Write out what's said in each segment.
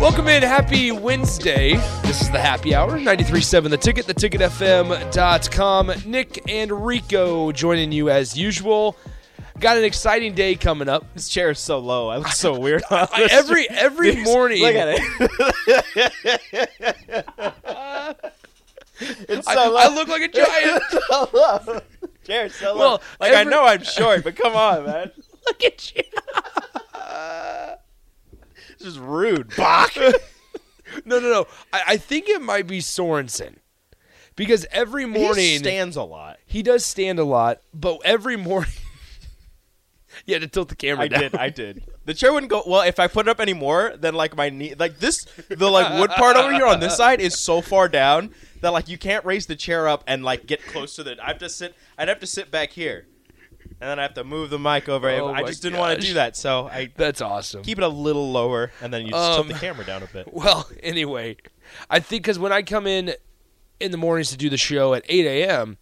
Welcome in. Happy Wednesday. This is the happy hour 93.7 The Ticket, theticketfm.com. Nick and Rico joining you as usual. Got an exciting day coming up. This chair is so low. I look so weird. Every every morning, look at it. it's so I, low. I look like a giant. so low. Chair is so low. Well, like every- I know I'm short, but come on, man. look at you. This is rude. Bach. He's No, no, no. I, I think it might be Sorensen because every morning stands a lot. He does stand a lot, but every morning. you had to tilt the camera I down. did. I did. The chair wouldn't go well if I put it up anymore. Then like my knee, like this, the like wood part over here on this side is so far down that like you can't raise the chair up and like get close to the. I have to sit. I'd have to sit back here, and then I have to move the mic over. Oh I my just didn't want to gosh. do that, so I That's awesome. keep it a little lower, and then you just Um, tilt the camera down a bit. well, anyway, I think because when I come in in the mornings to do the show at 8 a.m.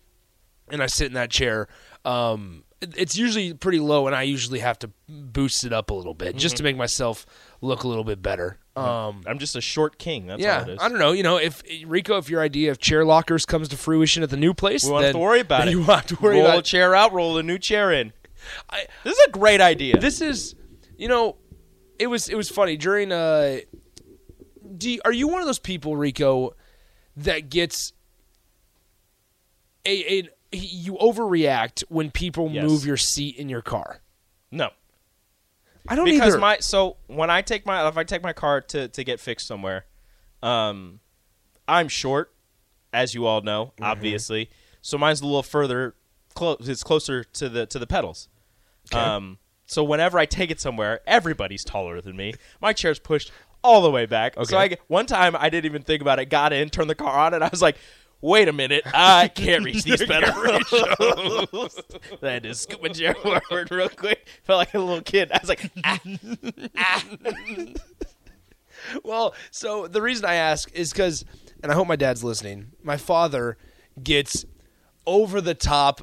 and I sit in that chair, um, it- it's usually pretty low, and I usually have to boost it up a little bit just to Mm-hmm. make myself look a little bit better. Um, I'm just a short king. That's all Mm-hmm. it yeah, is. I don't know. You know, if Rico, if your idea of chair lockers comes to fruition at the new place, we won't have then- to worry about then it. You won't have to worry roll about a chair out, roll a new chair in. I- this is a great idea. this is you know it was it was funny during uh do you- are you one of those people rico that gets a, a you overreact when people Yes. move your seat in your car no. i don't because either my so when I take my if I take my car to to get fixed somewhere, um, I'm short, as you all know, Mm-hmm. obviously. So mine's a little further close. It's closer to the to the pedals. Um, so whenever I take it somewhere, everybody's taller than me. My chair's pushed all the way back. So I, one time I didn't even think about it. Got in, turned the car on, and I was like. Wait a minute! I can't reach these pedals. Then I had to scoop my chair forward real quick. Felt like a little kid. I was like, ah. well so the reason i ask is because and i hope my dad's listening my father gets over the top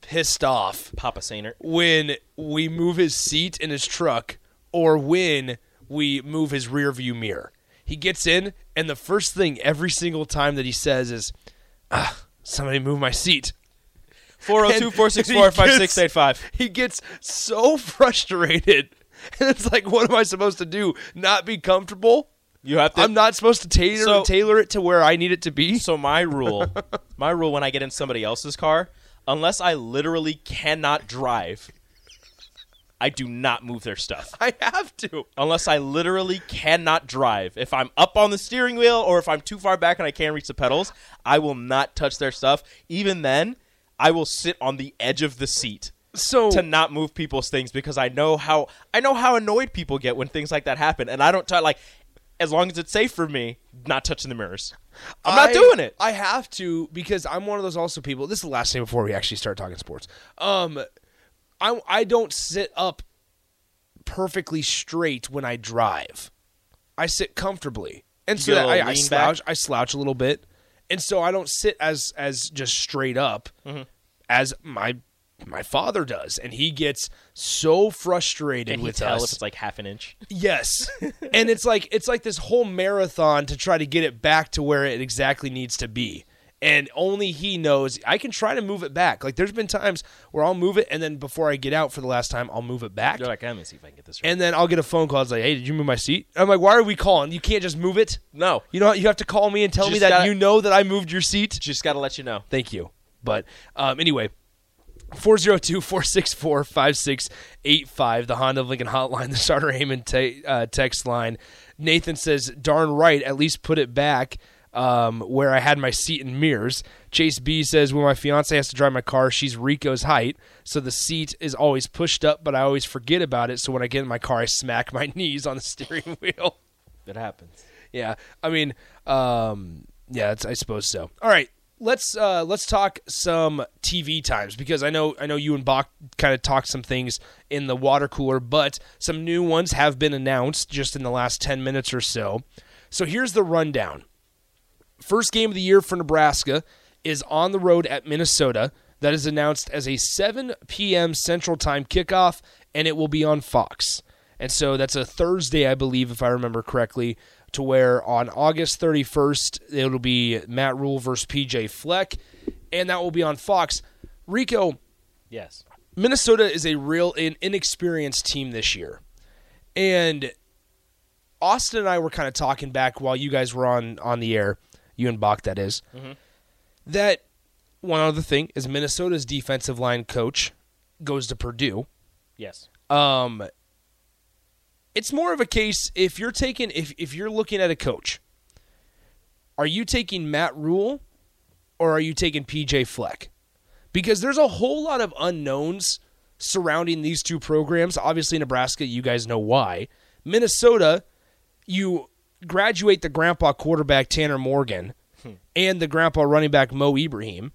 pissed off Papa Sainer. when we move his seat in his truck or when we move his rear view mirror. He gets in, and the first thing every single time that he says is, ah, somebody move my seat. 402 464 5685. He gets so frustrated. And it's like, what am I supposed to do? Not be comfortable? You have to. I'm not supposed to tailor So- tailor it to where I need it to be. So, my rule, my rule when I get in somebody else's car, unless I literally cannot drive, I do not move their stuff. I have to. Unless I literally cannot drive. If I'm up on the steering wheel or if I'm too far back and I can't reach the pedals, I will not touch their stuff. Even then, I will sit on the edge of the seat. So to not move people's things because I know how I know how annoyed people get when things like that happen, and I don't try like as long as it's safe for me, not touching the mirrors. I'm not I- doing it. I have to because I'm one of those also people. This is the last thing before we actually start talking sports. Um, I I don't sit up perfectly straight when I drive. I sit comfortably, and so You get that a I, little I lean back? slouch. I slouch a little bit, and so I don't sit as as just straight up Mm-hmm. as my my father does, and he gets so frustrated and you with tell us. if it's like half an inch. Yes. and it's like it's like this whole marathon to try to get it back to where it exactly needs to be. And only he knows I can try to move it back. Like there's been times where I'll move it and then before I get out for the last time I'll move it back. You're like, let me see if I can get this right. and then I'll get a phone call. It's like, "Hey, did you move my seat?" I'm like, "Why are we calling? You can't just move it." no, You know, you have to call me and tell me Just that gotta- you know that I moved your seat. just gotta let you know. Thank you. But um, anyway, 402-464-5685, the Honda of Lincoln hotline, the starter Heyman te- uh, text line. Nathan says, darn right, at least put it back um, where I had my seat in mirrors. Chase B says, when my fiance has to drive my car, she's Rico's height, so the seat is always pushed up, but I always forget about it, so when I get in my car, I smack my knees on the steering wheel. It happens. Yeah, I mean, um, yeah, it's, I suppose so. All right, let's uh, let's talk some TV times because I know I know you and Bach kind of talked some things in the water cooler, but some new ones have been announced just in the last ten minutes or so. So here's the rundown. First game of the year for Nebraska is on the road at Minnesota. That is announced as a 7 p.m. Central Time kickoff, and it will be on Fox. And so that's a Thursday, I believe, if I remember correctly, to where on August 31st, it'll be Matt Rule versus PJ Fleck, and that will be on Fox. Rico, Yes. Minnesota is a real an inexperienced team this year. And Austin and I were kind of talking back while you guys were on on the air, you and Bach that is, That one other thing is Minnesota's defensive line coach goes to Purdue. Yes. Um it's more of a case if you're taking if if you're looking at a coach, are you taking Matt Rule or are you taking PJ Fleck? Because there's a whole lot of unknowns surrounding these two programs. Obviously, Nebraska, you guys know why. Minnesota, you graduate the grandpa quarterback Tanner Morgan and the grandpa running back Mo Ibrahim.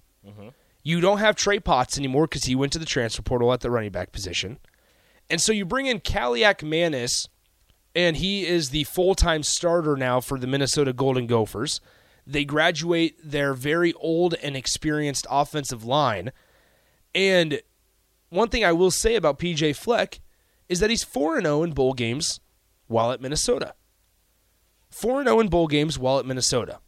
You don't have Trey Potts anymore because he went to the transfer portal at the running back position. And so you bring in Kaliak Manis, and he is the full time starter now for the Minnesota Golden Gophers. They graduate their very old and experienced offensive line. And one thing I will say about PJ Fleck is that he's 4 0 in bowl games while at Minnesota. 4 0 in bowl games while at Minnesota.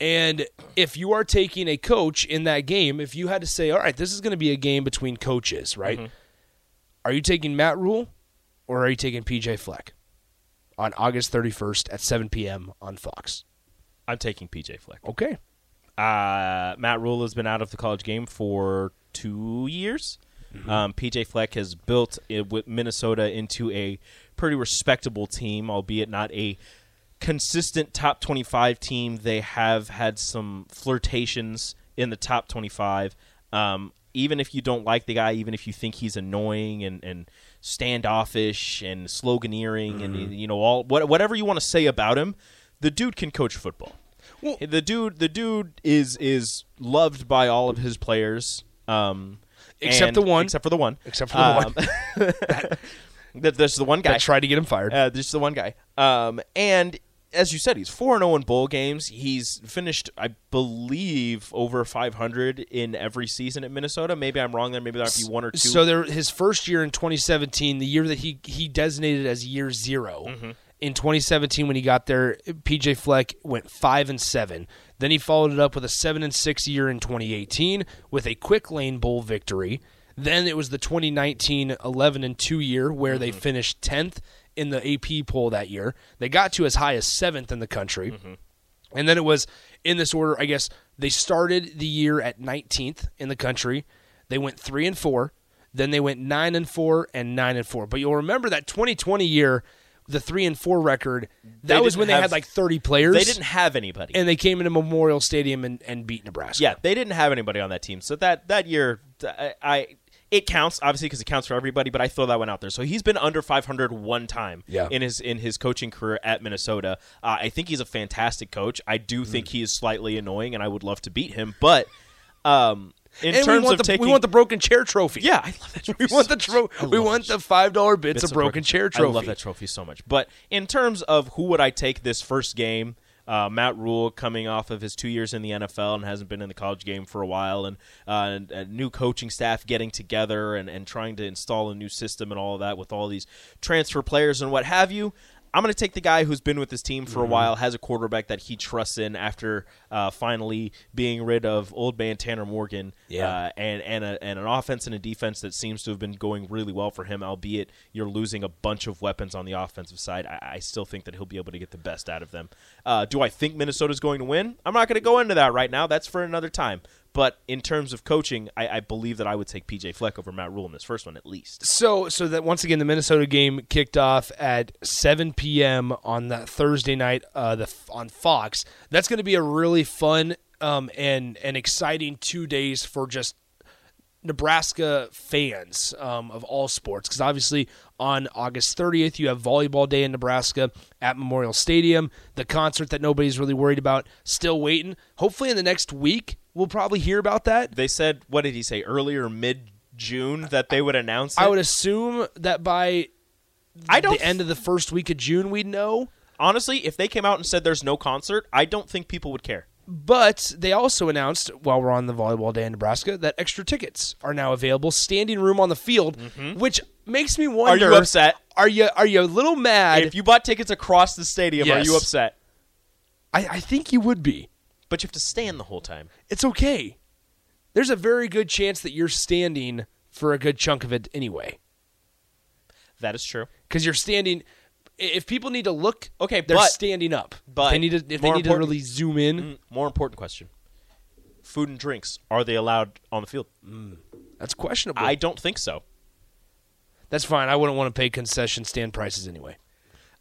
And if you are taking a coach in that game, if you had to say, all right, this is going to be a game between coaches, right? Are you taking Matt Rule or are you taking PJ Fleck on August 31st at 7 p.m. on Fox? I'm taking PJ Fleck. Okay. Uh, Matt Rule has been out of the college game for two years. Um, PJ Fleck has built it with Minnesota into a pretty respectable team, albeit not a consistent top 25 team. They have had some flirtations in the top 25. Um, even if you don't like the guy, even if you think he's annoying and, and standoffish and sloganeering and you know all what, whatever you want to say about him, the dude can coach football. Well- the dude, the dude is is loved by all of his players, um, Except and- the one. except for the one, Except for the one. one. that, there's the one guy. I tried to get him fired. Uh, just the one guy. Um, and as you said, he's four and zero in bowl games. He's finished, I believe, over five hundred in every season at Minnesota. Maybe I'm wrong there. Maybe that might be one or two. So there, his first year in 2017, the year that he he designated as year 0 Mm-hmm. in 2017 when he got there, PJ Fleck went five and seven. Then he followed it up with a seven and six year in 2018 with a quick lane bowl victory. Then it was the 2019 11 and two year where they Mm-hmm. finished 10th in the AP poll that year. They got to as high as seventh in the country. Mm-hmm. And then it was in this order, I guess they started the year at 19th in the country. They went 3 and 4, then they went 9 and 4 and 9 and 4. But you'll remember that 2020 year, the 3 and 4 record, that They was didn't when they have- had like 30 players. they didn't have anybody. and they came into Memorial Stadium and, and beat Nebraska. Yeah, they didn't have anybody on that team. So that that year, I, I it counts obviously because it counts for everybody. But I throw that one out there. So he's been under 500 one time Yeah. in his in his coaching career at Minnesota. Uh, I think he's a fantastic coach. I do Hmm. think he is slightly annoying, and I would love to beat him. But um, in and terms we want of the taking, we want the broken chair trophy. yeah, I love that. Trophy we want so the tro- much. I we love want that the five dollar bits It's of broken chair trophy. I love that trophy so much. But in terms of who would I take this first game, uh, Matt Rule coming off of his two years in the NFL and hasn't been in the college game for a while, and, uh, and a new coaching staff getting together and, and trying to install a new system and all of that with all these transfer players and what have you. I'm going to take the guy who's been with this team for a while, has a quarterback that he trusts in after uh, finally being rid of old man Tanner Morgan Yeah. uh, and and, a, and an offense and a defense that seems to have been going really well for him. Albeit you're losing a bunch of weapons on the offensive side, I, I still think that he'll be able to get the best out of them. Uh, do I think Minnesota's going to win? I'm not going to go into that right now. That's for another time. But in terms of coaching, I, I believe that I would take PJ Fleck over Matt Rule in this first one at least. So, so that once again, the Minnesota game kicked off at 7 p.m. on that Thursday night, uh, the on Fox. That's going to be a really fun um, and and exciting two days for just Nebraska fans um, of all sports. Because obviously, on August 30th, you have Volleyball Day in Nebraska at Memorial Stadium, the concert that nobody's really worried about, still waiting. Hopefully, in the next week, we'll probably hear about that. They said, what did he say earlier, mid June, that they would announce it? I would assume that by I don't the end of the first week of June we'd know. honestly, if they came out and said there's no concert, I don't think people would care. But they also announced while we're on the volleyball day in Nebraska that extra tickets are now available, standing room on the field, which makes me Mm-hmm. Are wonder. you upset? Are you are you a little mad? If you bought tickets across the stadium, Yes. are you upset? I, I think you would be. But you have to stand the whole time. It's okay. There's a very good chance that you're standing for a good chunk of it anyway, That is true. because you're standing. i- If people need to look, Okay, they're but- standing up. but they need to if they more need to important- Mm. really zoom in. More important question. Food and drinks, are they allowed on the field? That's questionable. I don't think so. That's fine. I wouldn't want to pay concession stand prices anyway.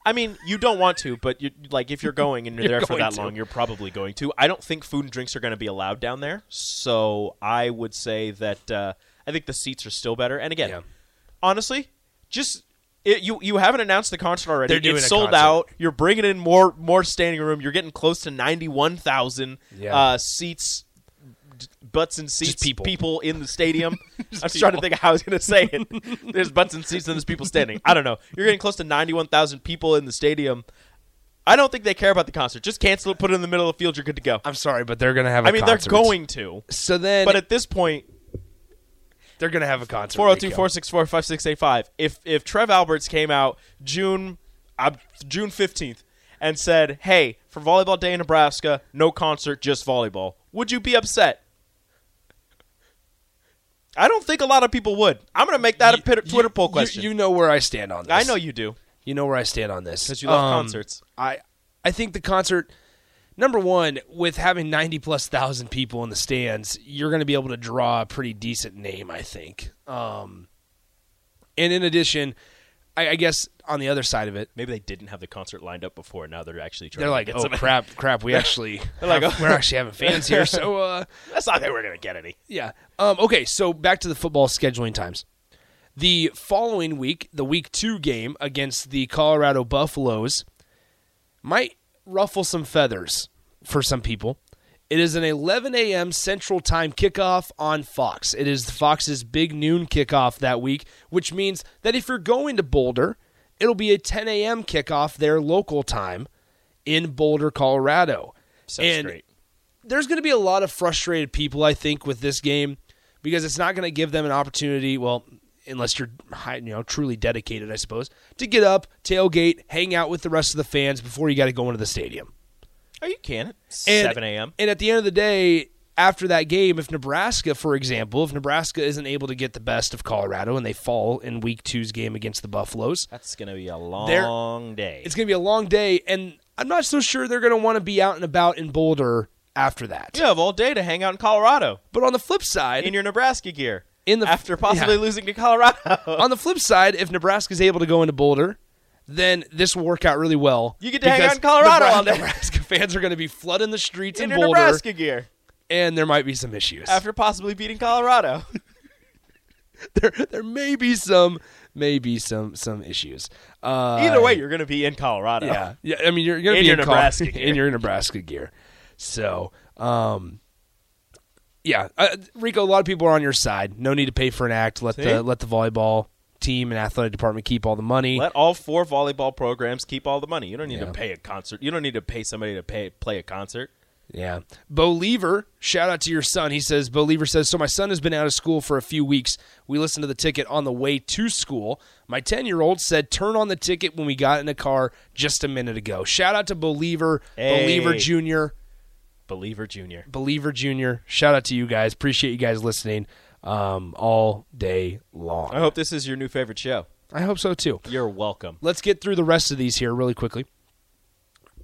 I mean, you don't want to, but you like if you're going and you're, You're there for going that to. long, you're probably going to. I don't think food and drinks are going to be allowed down there, so I would say that uh, I think the seats are still better. And again, Yeah. honestly, just it, you you haven't announced the concert already. They're doing it's a sold concert. out. You're bringing in more more standing room. You're getting close to ninety one thousand Yeah. uh, seats. d- Butts and seats, people. in the stadium. I was trying to think of how I was going to say it. There's butts and seats and there's people standing. I don't know. You're getting close to 91,000 people in the stadium. I don't think they care about the concert. Just cancel it, put it in the middle of the field, you're good to go. I'm sorry, but they're gonna have. a I mean, concert. they're going to. So then, But oh at this point, they're gonna have a concert. 402 Rico. 464 5685. If if Trev Alberts came out June uh, June 15th and said, "Hey, for volleyball day in Nebraska, no concert, just volleyball." Would you be upset? I don't think a lot of people would. I'm going to make that a pit- You- Twitter poll you- question. You, know where I stand on this. I know you do You know where I stand on this because you love Um, concerts. I I think the concert number one with having ninety plus thousand people in the stands, you're going to be able to draw a pretty decent name, I think. Um, and in addition, I, I guess on the other side of it, Maybe they didn't have the concert lined up before, and now they're actually trying. they're to like, get "Oh something." crap, crap, we actually like, have- "Oh." we're actually having fans here." So uh, that's not they were going to get any." yeah. Um, okay, so back to the football scheduling times. The following week, the week two game against the Colorado Buffaloes might ruffle some feathers for some people. It is an 11 a.m. Central Time kickoff on Fox. It is Fox's big noon kickoff that week, which means that if you're going to Boulder, it'll be a 10 a.m. kickoff their local time in Boulder, Colorado. Sounds And great. there's going to be a lot of frustrated people, I think, with this game because it's not going to give them an opportunity. Well, unless you're hi- you know truly dedicated, I suppose, to get up, tailgate, hang out with the rest of the fans before you got to go into the stadium. Oh, you can. It's And- Seven a.m. And at the end of the day, after that game, if Nebraska, for example, if Nebraska isn't able to get the best of Colorado and they fall in Week Two's game against the Buffaloes, That's going to be a long day. it's going to be a long day, and I'm not so sure they're going to want to be out and about in Boulder after that. you have all day to hang out in Colorado But on the flip side, in your Nebraska gear. In the- after possibly yeah. losing to Colorado, on the flip side, if Nebraska's able to go into Boulder, then this will work out really well. You get to hang because out in Colorado Nebra- all day. Nebraska fans are going to be flooding the streets in in, your Boulder, Nebraska gear. and there might be some issues. After possibly beating Colorado, there, there may be some, maybe some, some issues. Uh, either way, you're going to be in Colorado. yeah, yeah. I mean, you're going to In be your in Col- Nebraska in gear. your Nebraska gear. So, um, yeah, uh, Rico. A lot of people are on your side. No need to pay for an act. Let See? the let the volleyball team and athletic department keep all the money. Let all four volleyball programs keep all the money. You don't need Yeah. to pay a concert. You don't need to pay somebody to pay play a concert. Yeah. Bo Lever, shout out to your son. He says, Bo Lever says, So my son has been out of school for a few weeks. We listened to the ticket on the way to school. My 10 year old said, Turn on the ticket when we got in the car just a minute ago. Shout out to Believer, Hey. Believer Jr., Believer Junior. Believer Jr. Shout out to you guys. Appreciate you guys listening um, all day long. I hope this is your new favorite show. I hope so too. You're welcome. Let's get through the rest of these here really quickly.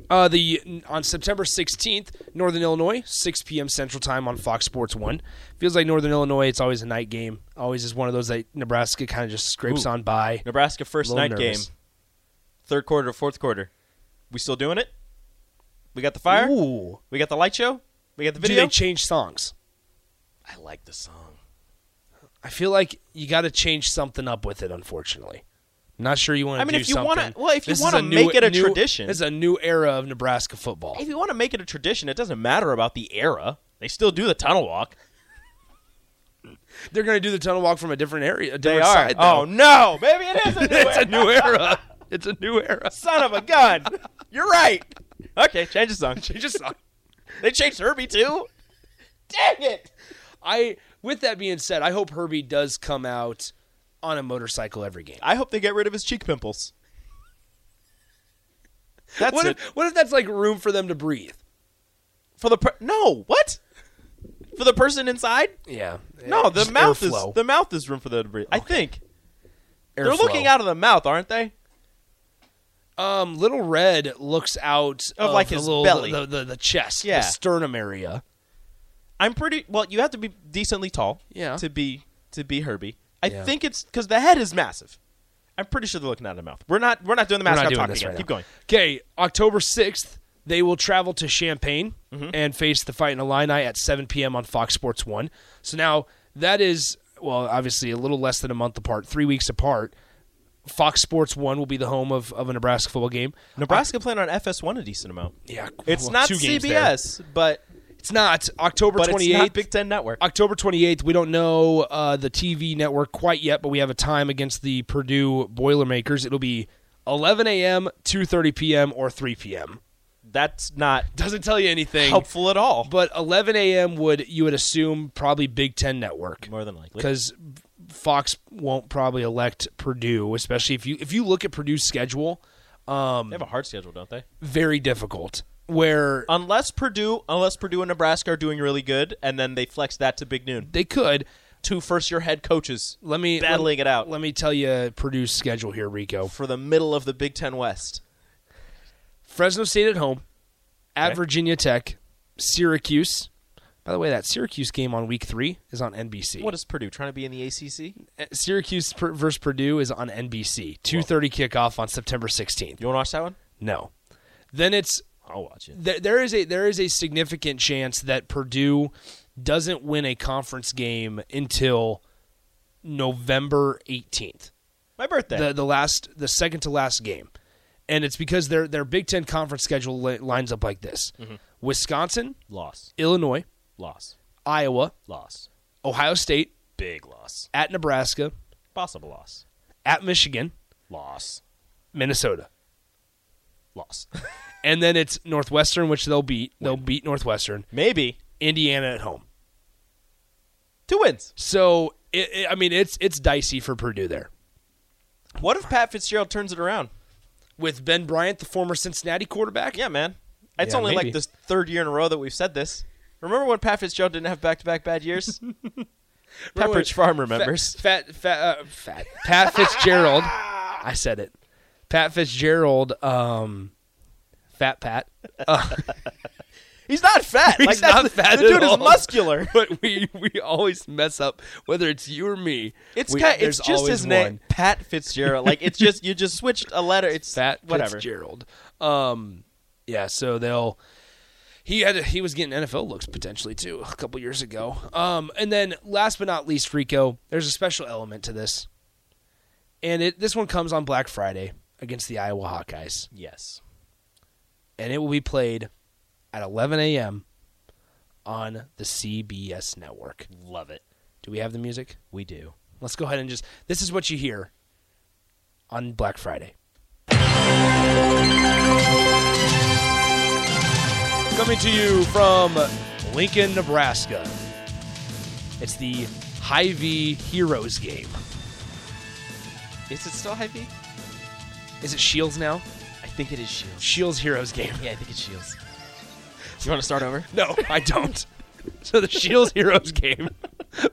Uh, the on September 16th, Northern Illinois, 6 p.m. Central Time on Fox Sports One. Feels like Northern Illinois. It's always a night game. Always is one of those that Nebraska kind of just scrapes Ooh. on by. Nebraska first Little night nervous. game, third quarter to fourth quarter. We still doing it? We got the fire. Ooh. We got the light show. We got the Do video. they change songs? I like the song. I feel like you got to change something up with it. Unfortunately, I'm not sure you want to. I mean, do if you want wanna- to, well, if you wanna make it a tradition. this is a new era of Nebraska football. If you want to make it a tradition, it doesn't matter about the era. They still do the tunnel walk. They're going to do the tunnel walk from a different area. A They different are. Side, oh though. no, baby, it is a new it's a era. new era. It's a new era. Son of a gun. You're right. Okay, change the song. They just They changed Herbie too. Dang it. I with that being said, I hope Herbie does come out on a motorcycle every game. I hope they get rid of his cheek pimples. That's What it. if, what if that's like room for them to breathe? for the per- no what for the person inside? Yeah. no, the Just mouth is airflow. the mouth is room for the debris. I think they're Airflow. looking out of the mouth, aren't they? Um, Little Red looks out Of, like, the his little, belly. the, the, the chest, Yeah. the sternum area. I'm pretty well. You have to be decently tall, Yeah. to be to be Herbie. I Yeah. think it's because the head is massive. I'm pretty sure they're looking out of the mouth. We're not we're not doing the We're not mascot doing talk this again. right Keep now. going. Okay, October sixth, they will travel to Champaign Mm-hmm. and face the fight in Illini at 7 p.m. on Fox Sports One. So now that is well, obviously a little less than a month apart, three weeks apart. Fox Sports One will be the home of, of a Nebraska football game. Nebraska playing on FS1 a decent amount. Yeah, It's well, not two games there. CBS, but It's not October but it's twenty not eighth. Big Ten Network. October 28th, we don't know uh, the TV network quite yet, but we have a time against the Purdue Boilermakers. It'll be 11 a.m., 2.30 p.m., or 3 p.m. That's not Doesn't tell you anything. helpful at all. But 11 a.m. would, you would assume, probably Big Ten Network. More than likely. Because Fox won't probably elect Purdue, especially if you if you look at Purdue's schedule, um, They have a hard schedule, don't they? very difficult. Where Unless Purdue, unless Purdue and Nebraska are doing really good, and then they flex that to Big Noon. they could, Two first-year head coaches let me battling let, it out Let me tell you Purdue's schedule here, Rico. for the middle of the Big Ten West. Fresno State at home, at Okay. Virginia Tech, Syracuse. By the way, that Syracuse game on week three is on NBC. What is Purdue trying to be in the ACC? Uh, Syracuse per- versus Purdue is on NBC. Two thirty kickoff on September sixteenth. You want to watch that one? No, then it's I'll watch it. th- there is a there is a significant chance that Purdue doesn't win a conference game until November eighteenth. My birthday. the the last the second to last game, and it's because their their Big Ten conference schedule li- lines up like this: Wisconsin, loss, Illinois, loss, Iowa, loss. Ohio State, Big loss. at Nebraska, Possible loss. at Michigan, Loss. Minnesota, Loss. and then it's Northwestern, which they'll beat. They'll beat Northwestern, Maybe Indiana at home. two wins. So it, it, I mean, it's it's dicey for Purdue there. What if Pat Fitzgerald turns it around? With Ben Bryant, the former Cincinnati quarterback, Yeah, man. It's Yeah, only maybe. like this third year in a row that we've said this. Remember when Pat Fitzgerald didn't have back-to-back bad years? Remember when- Pepperidge Farm Fat- remembers. Fat, fat, uh, fat. Pat Fitzgerald. I said it. Pat Fitzgerald. Um, fat Pat. He's not fat. like, He's that's not the, fat The at dude all. is muscular. But we we always mess up whether it's you or me. It's we, kind there's it's just always his name, one. Pat Fitzgerald. Like it's just you just switched a letter. It's Fat whatever. Fitzgerald. Um, yeah. So they'll. He had he was getting NFL looks potentially too a couple years ago. Um, and then last but not least, Rico. There's a special element to this, and it this one comes on Black Friday against the Iowa Hawkeyes. Yes. and it will be played at 11 a.m. on the CBS network. Love it. Do we have the music? We do. Let's go ahead and just. This is what you hear on Black Friday. Coming to you from Lincoln, Nebraska. It's the Hy-Vee Heroes game. Is it still Hy-Vee? Is it Shields now? I think it is Shields. Shields Heroes game. Yeah, I think it's Shields. you want to start over? No, I don't. so the Shields Heroes game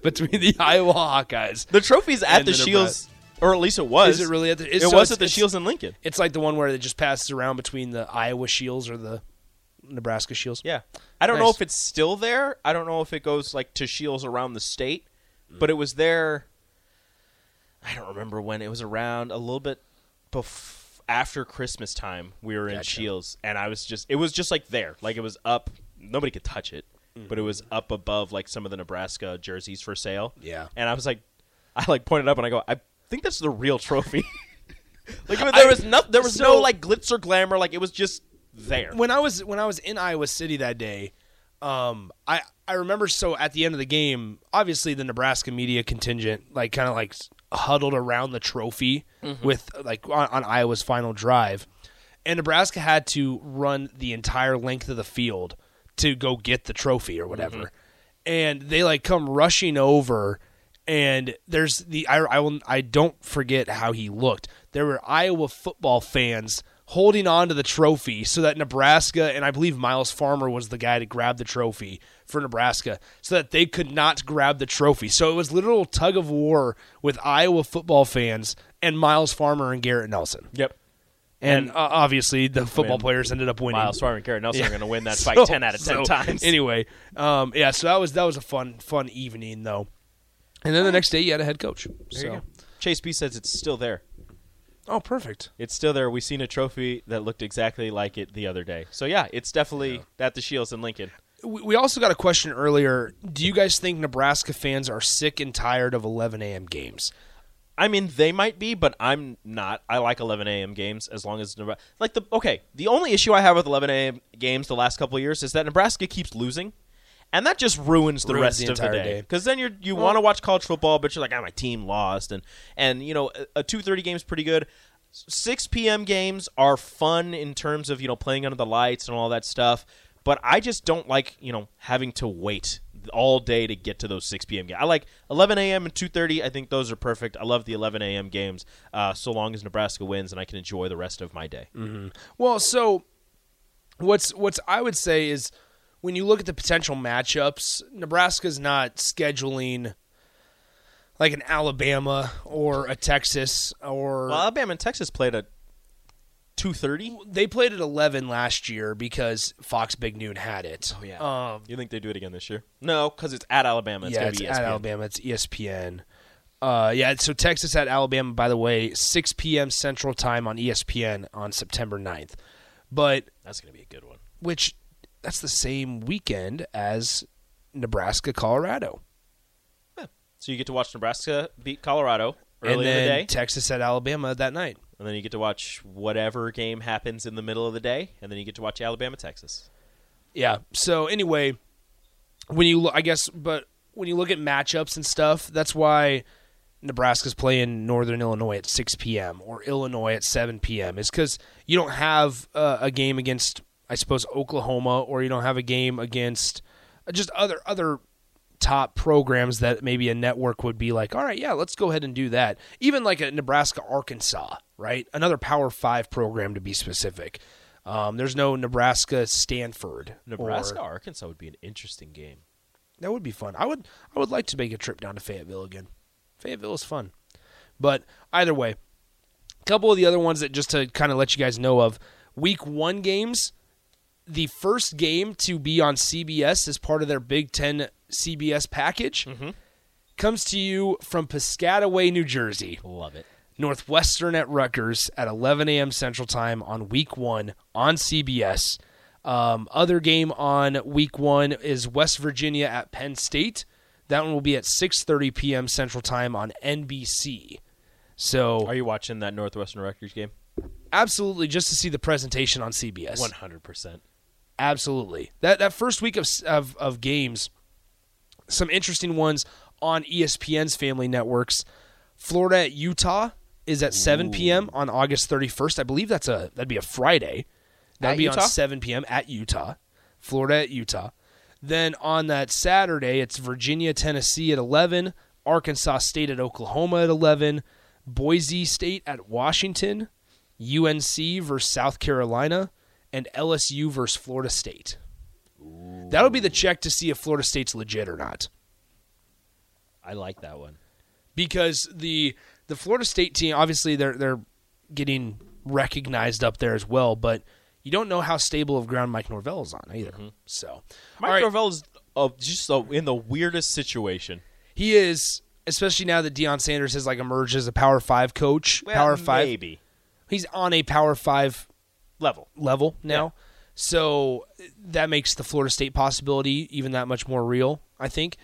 between the Iowa Hawkeyes The trophy's at And the the Shields or at least it was. Is it really at the- It it's- so was it's- at the it's- Shields in Lincoln. It's like the one where it just passes around between the Iowa Shields or the Nebraska Shields. Yeah, I don't know Nice. if it's still there. I don't know if it goes like to Shields around the state, Mm. but it was there. I don't remember when it was around. A little bit bef- after Christmas time, we were in Gotcha. Shields, and I was just it was just like there, like it was up. Nobody could touch it, Mm-hmm. but it was up above like some of the Nebraska jerseys for sale. Yeah. and I was like, I like pointed up and I go, I think that's the real trophy. like there was no, there was no so- like glitz or glamour. Like it was just there. When I was when I was in Iowa City that day, um, I I remember so at the end of the game, obviously the Nebraska media contingent like kind of like s- huddled around the trophy with like on, on Iowa's final drive, and Nebraska had to run the entire length of the field to go get the trophy or whatever, and they like come rushing over. And there's the I, I will I don't forget how he looked. There were Iowa football fans holding on to the trophy so that Nebraska and I believe Miles Farmer was the guy to grab the trophy for Nebraska so that they could not grab the trophy. So it was literal tug of war with Iowa football fans and Miles Farmer and Garrett Nelson. yep. And uh, obviously the football players ended up winning. Miles Farmer and Garrett Nelson are going to win that So- fight ten out of ten so, times. Anyway, um, yeah, so that was that was a fun fun evening though. And then the next day you had a head coach. so. Chase B says it's still there. Oh, perfect. It's still there. We seen a trophy that looked exactly like it the other day. So yeah, it's definitely at the Shields in Lincoln. We we also got a question earlier. Do you guys think Nebraska fans are sick and tired of 11 a.m. games? I mean, they might be, but I'm not. I like 11 a.m. games as long as Nebraska. Like the okay, the only issue I have with 11 a.m. games the last couple of years is that Nebraska keeps losing, and that just ruins the Ruins rest the of the entire day. day. Because then you're you want to watch college football, but you're like, ah, my team lost, and and you know a 2:30 game's pretty good. 6 p.m. games are fun in terms of you know playing under the lights and all that stuff, but I just don't like you know having to wait all day to get to those 6 p.m. games. I like 11 a.m. and 2:30. I think those are perfect. I love the 11 a.m. games, uh, so long as Nebraska wins and I can enjoy the rest of my day. Well, so what's what's I would say is when you look at the potential matchups, Nebraska's not scheduling like an Alabama or a Texas or Well, Alabama and Texas played at 2:30. they played at 11 last year because Fox Big Noon had it. Oh yeah. you think they do it again this year? Um, No, because it's at Alabama. It's yeah, gonna it's be E at ESPN. Alabama. It's E ESPN. Uh, yeah, so Texas at Alabama, by the way, 6 p.m. Central Time on E ESPN on September 9th. But That's gonna be a good one. which that's the same weekend as Nebraska, Colorado, So you get to watch Nebraska beat Colorado early and in then the day, Texas at Alabama that night. and then you get to watch whatever game happens in the middle of the day, and then you get to watch Alabama Texas. Yeah. So anyway, when you look, I guess, but when you look at matchups and stuff, that's why Nebraska's playing Northern Illinois at 6 p.m. or Illinois at 7 p.m. is because you don't have uh, a game against, I suppose, Oklahoma, or you don't have a game against uh, just other other top programs that maybe a network would be like, all right, yeah, let's go ahead and do that. Even like a Nebraska, Arkansas, right? Another Power Five program to be specific. Um, there's no Nebraska, Stanford, or- Nebraska Arkansas would be an interesting game. that would be fun. I would I would like to make a trip down to Fayetteville again. Fayetteville is fun. But either way, a couple of the other ones that just to kind of let you guys know of, week 1 games, the first game to be on CBS as part of their Big 10 CBS package. Comes to you from Piscataway, New Jersey. Love it. Northwestern at Rutgers at 11 a.m. Central Time on Week One on CBS. Um, other game on Week One is West Virginia at Penn State. That one will be at 6:30 p.m. Central Time on NBC. So Are you watching that Northwestern Rutgers game? absolutely, just to see the presentation on CBS. One hundred percent. Absolutely. That that first week of of, of games, some interesting ones on E ESPN's family networks. Florida at Utah is at 7 p.m. on August 31st. I believe that's a that'd be a Friday. That'd At be Utah? on 7 p.m. at Utah, Florida at Utah. Then on that Saturday, it's Virginia, Tennessee at 11, Arkansas State at Oklahoma at 11, Boise State at Washington, UNC versus South Carolina, and LSU versus Florida State. That'll be the check to see if Florida State's legit or not I like that one. because the the Florida State team, obviously they're they're getting recognized up there as well, but you don't know how stable of ground Mike Norvell is on either. Mm-hmm. So Mike all right, Norvell is uh, just uh, in the weirdest situation. he is especially now that Deion Sanders has like emerged as a Power Five coach. Well, power Five, maybe he's on a Power Five level. level now. So that makes the Florida State possibility even that much more real, I think.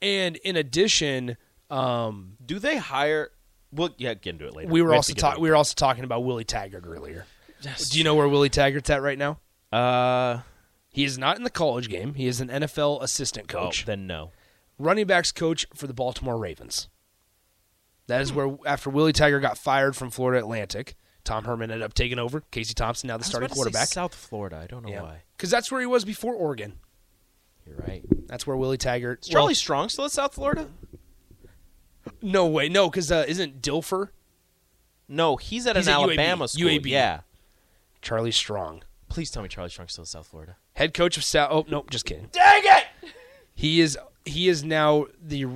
And in addition, um, Do they hire? Well, yeah, get into it later. we were have also to get talking. into We were also talking about Willie Taggart earlier. Do you know where Willie Taggart's at right now? it. Uh, He is not in the college game. He is an NFL assistant oh, coach, then no. running backs coach for the Baltimore Ravens. That is where after Willie Taggart got fired from Florida Atlantic, Tom Herman ended up taking over. Casey Thompson now the starting quarterback. South Florida. I don't know Yeah, why. because that's where he was before Oregon. You're right. That's where Willie Taggart. Is Charlie Strong still at South Florida? No way, no, because uh, isn't Dilfer No, he's at He's an at UAB. Alabama school. UAB. Yeah. Charlie Strong, Please tell me Charlie Strong's still at South Florida. head coach of South? Oh no, just kidding. Dang it! He is he is now the.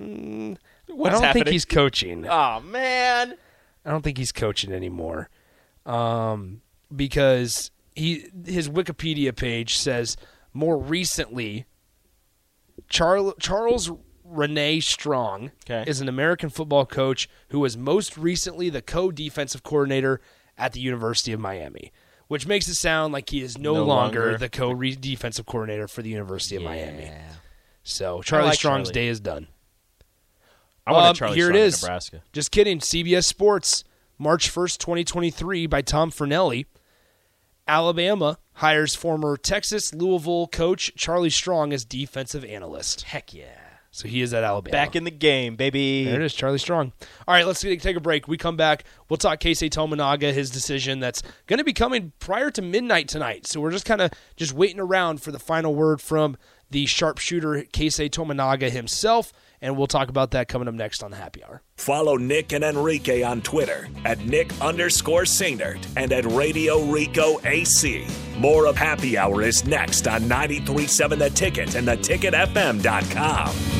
Mm, I What's don't think happening? he's coaching. Oh man. I don't think he's coaching anymore, um, because he his Wikipedia page says more recently, Charles Charles Renee Strong Okay. is an American football coach who was most recently the co-defensive coordinator at the University of Miami, which makes it sound like he is no, No longer, longer. the co-defensive coordinator for the University of Miami. So I Charlie like Strong's Charlie. day is done. I want Um, a Charlie here it Strong in is. Nebraska. Just kidding. CBS Sports, March 1st, 2023, by Tom Fernelli. Alabama hires former Texas Louisville coach Charlie Strong as defensive analyst. Heck yeah. So he is at Alabama. Back in the game, baby. there it is, Charlie Strong. All right, let's take take a break. We come back. We'll talk Casey Tominaga, his decision that's going to be coming prior to midnight tonight. So we're just kind of just waiting around for the final word from the sharpshooter Casey Tominaga himself, and we'll talk about that coming up next on the Happy Hour. Follow Nick and Enrique on Twitter at Nick underscore Sainert and at Radio Rico AC. More of Happy Hour is next on 937 The Ticket and theticketfm.com.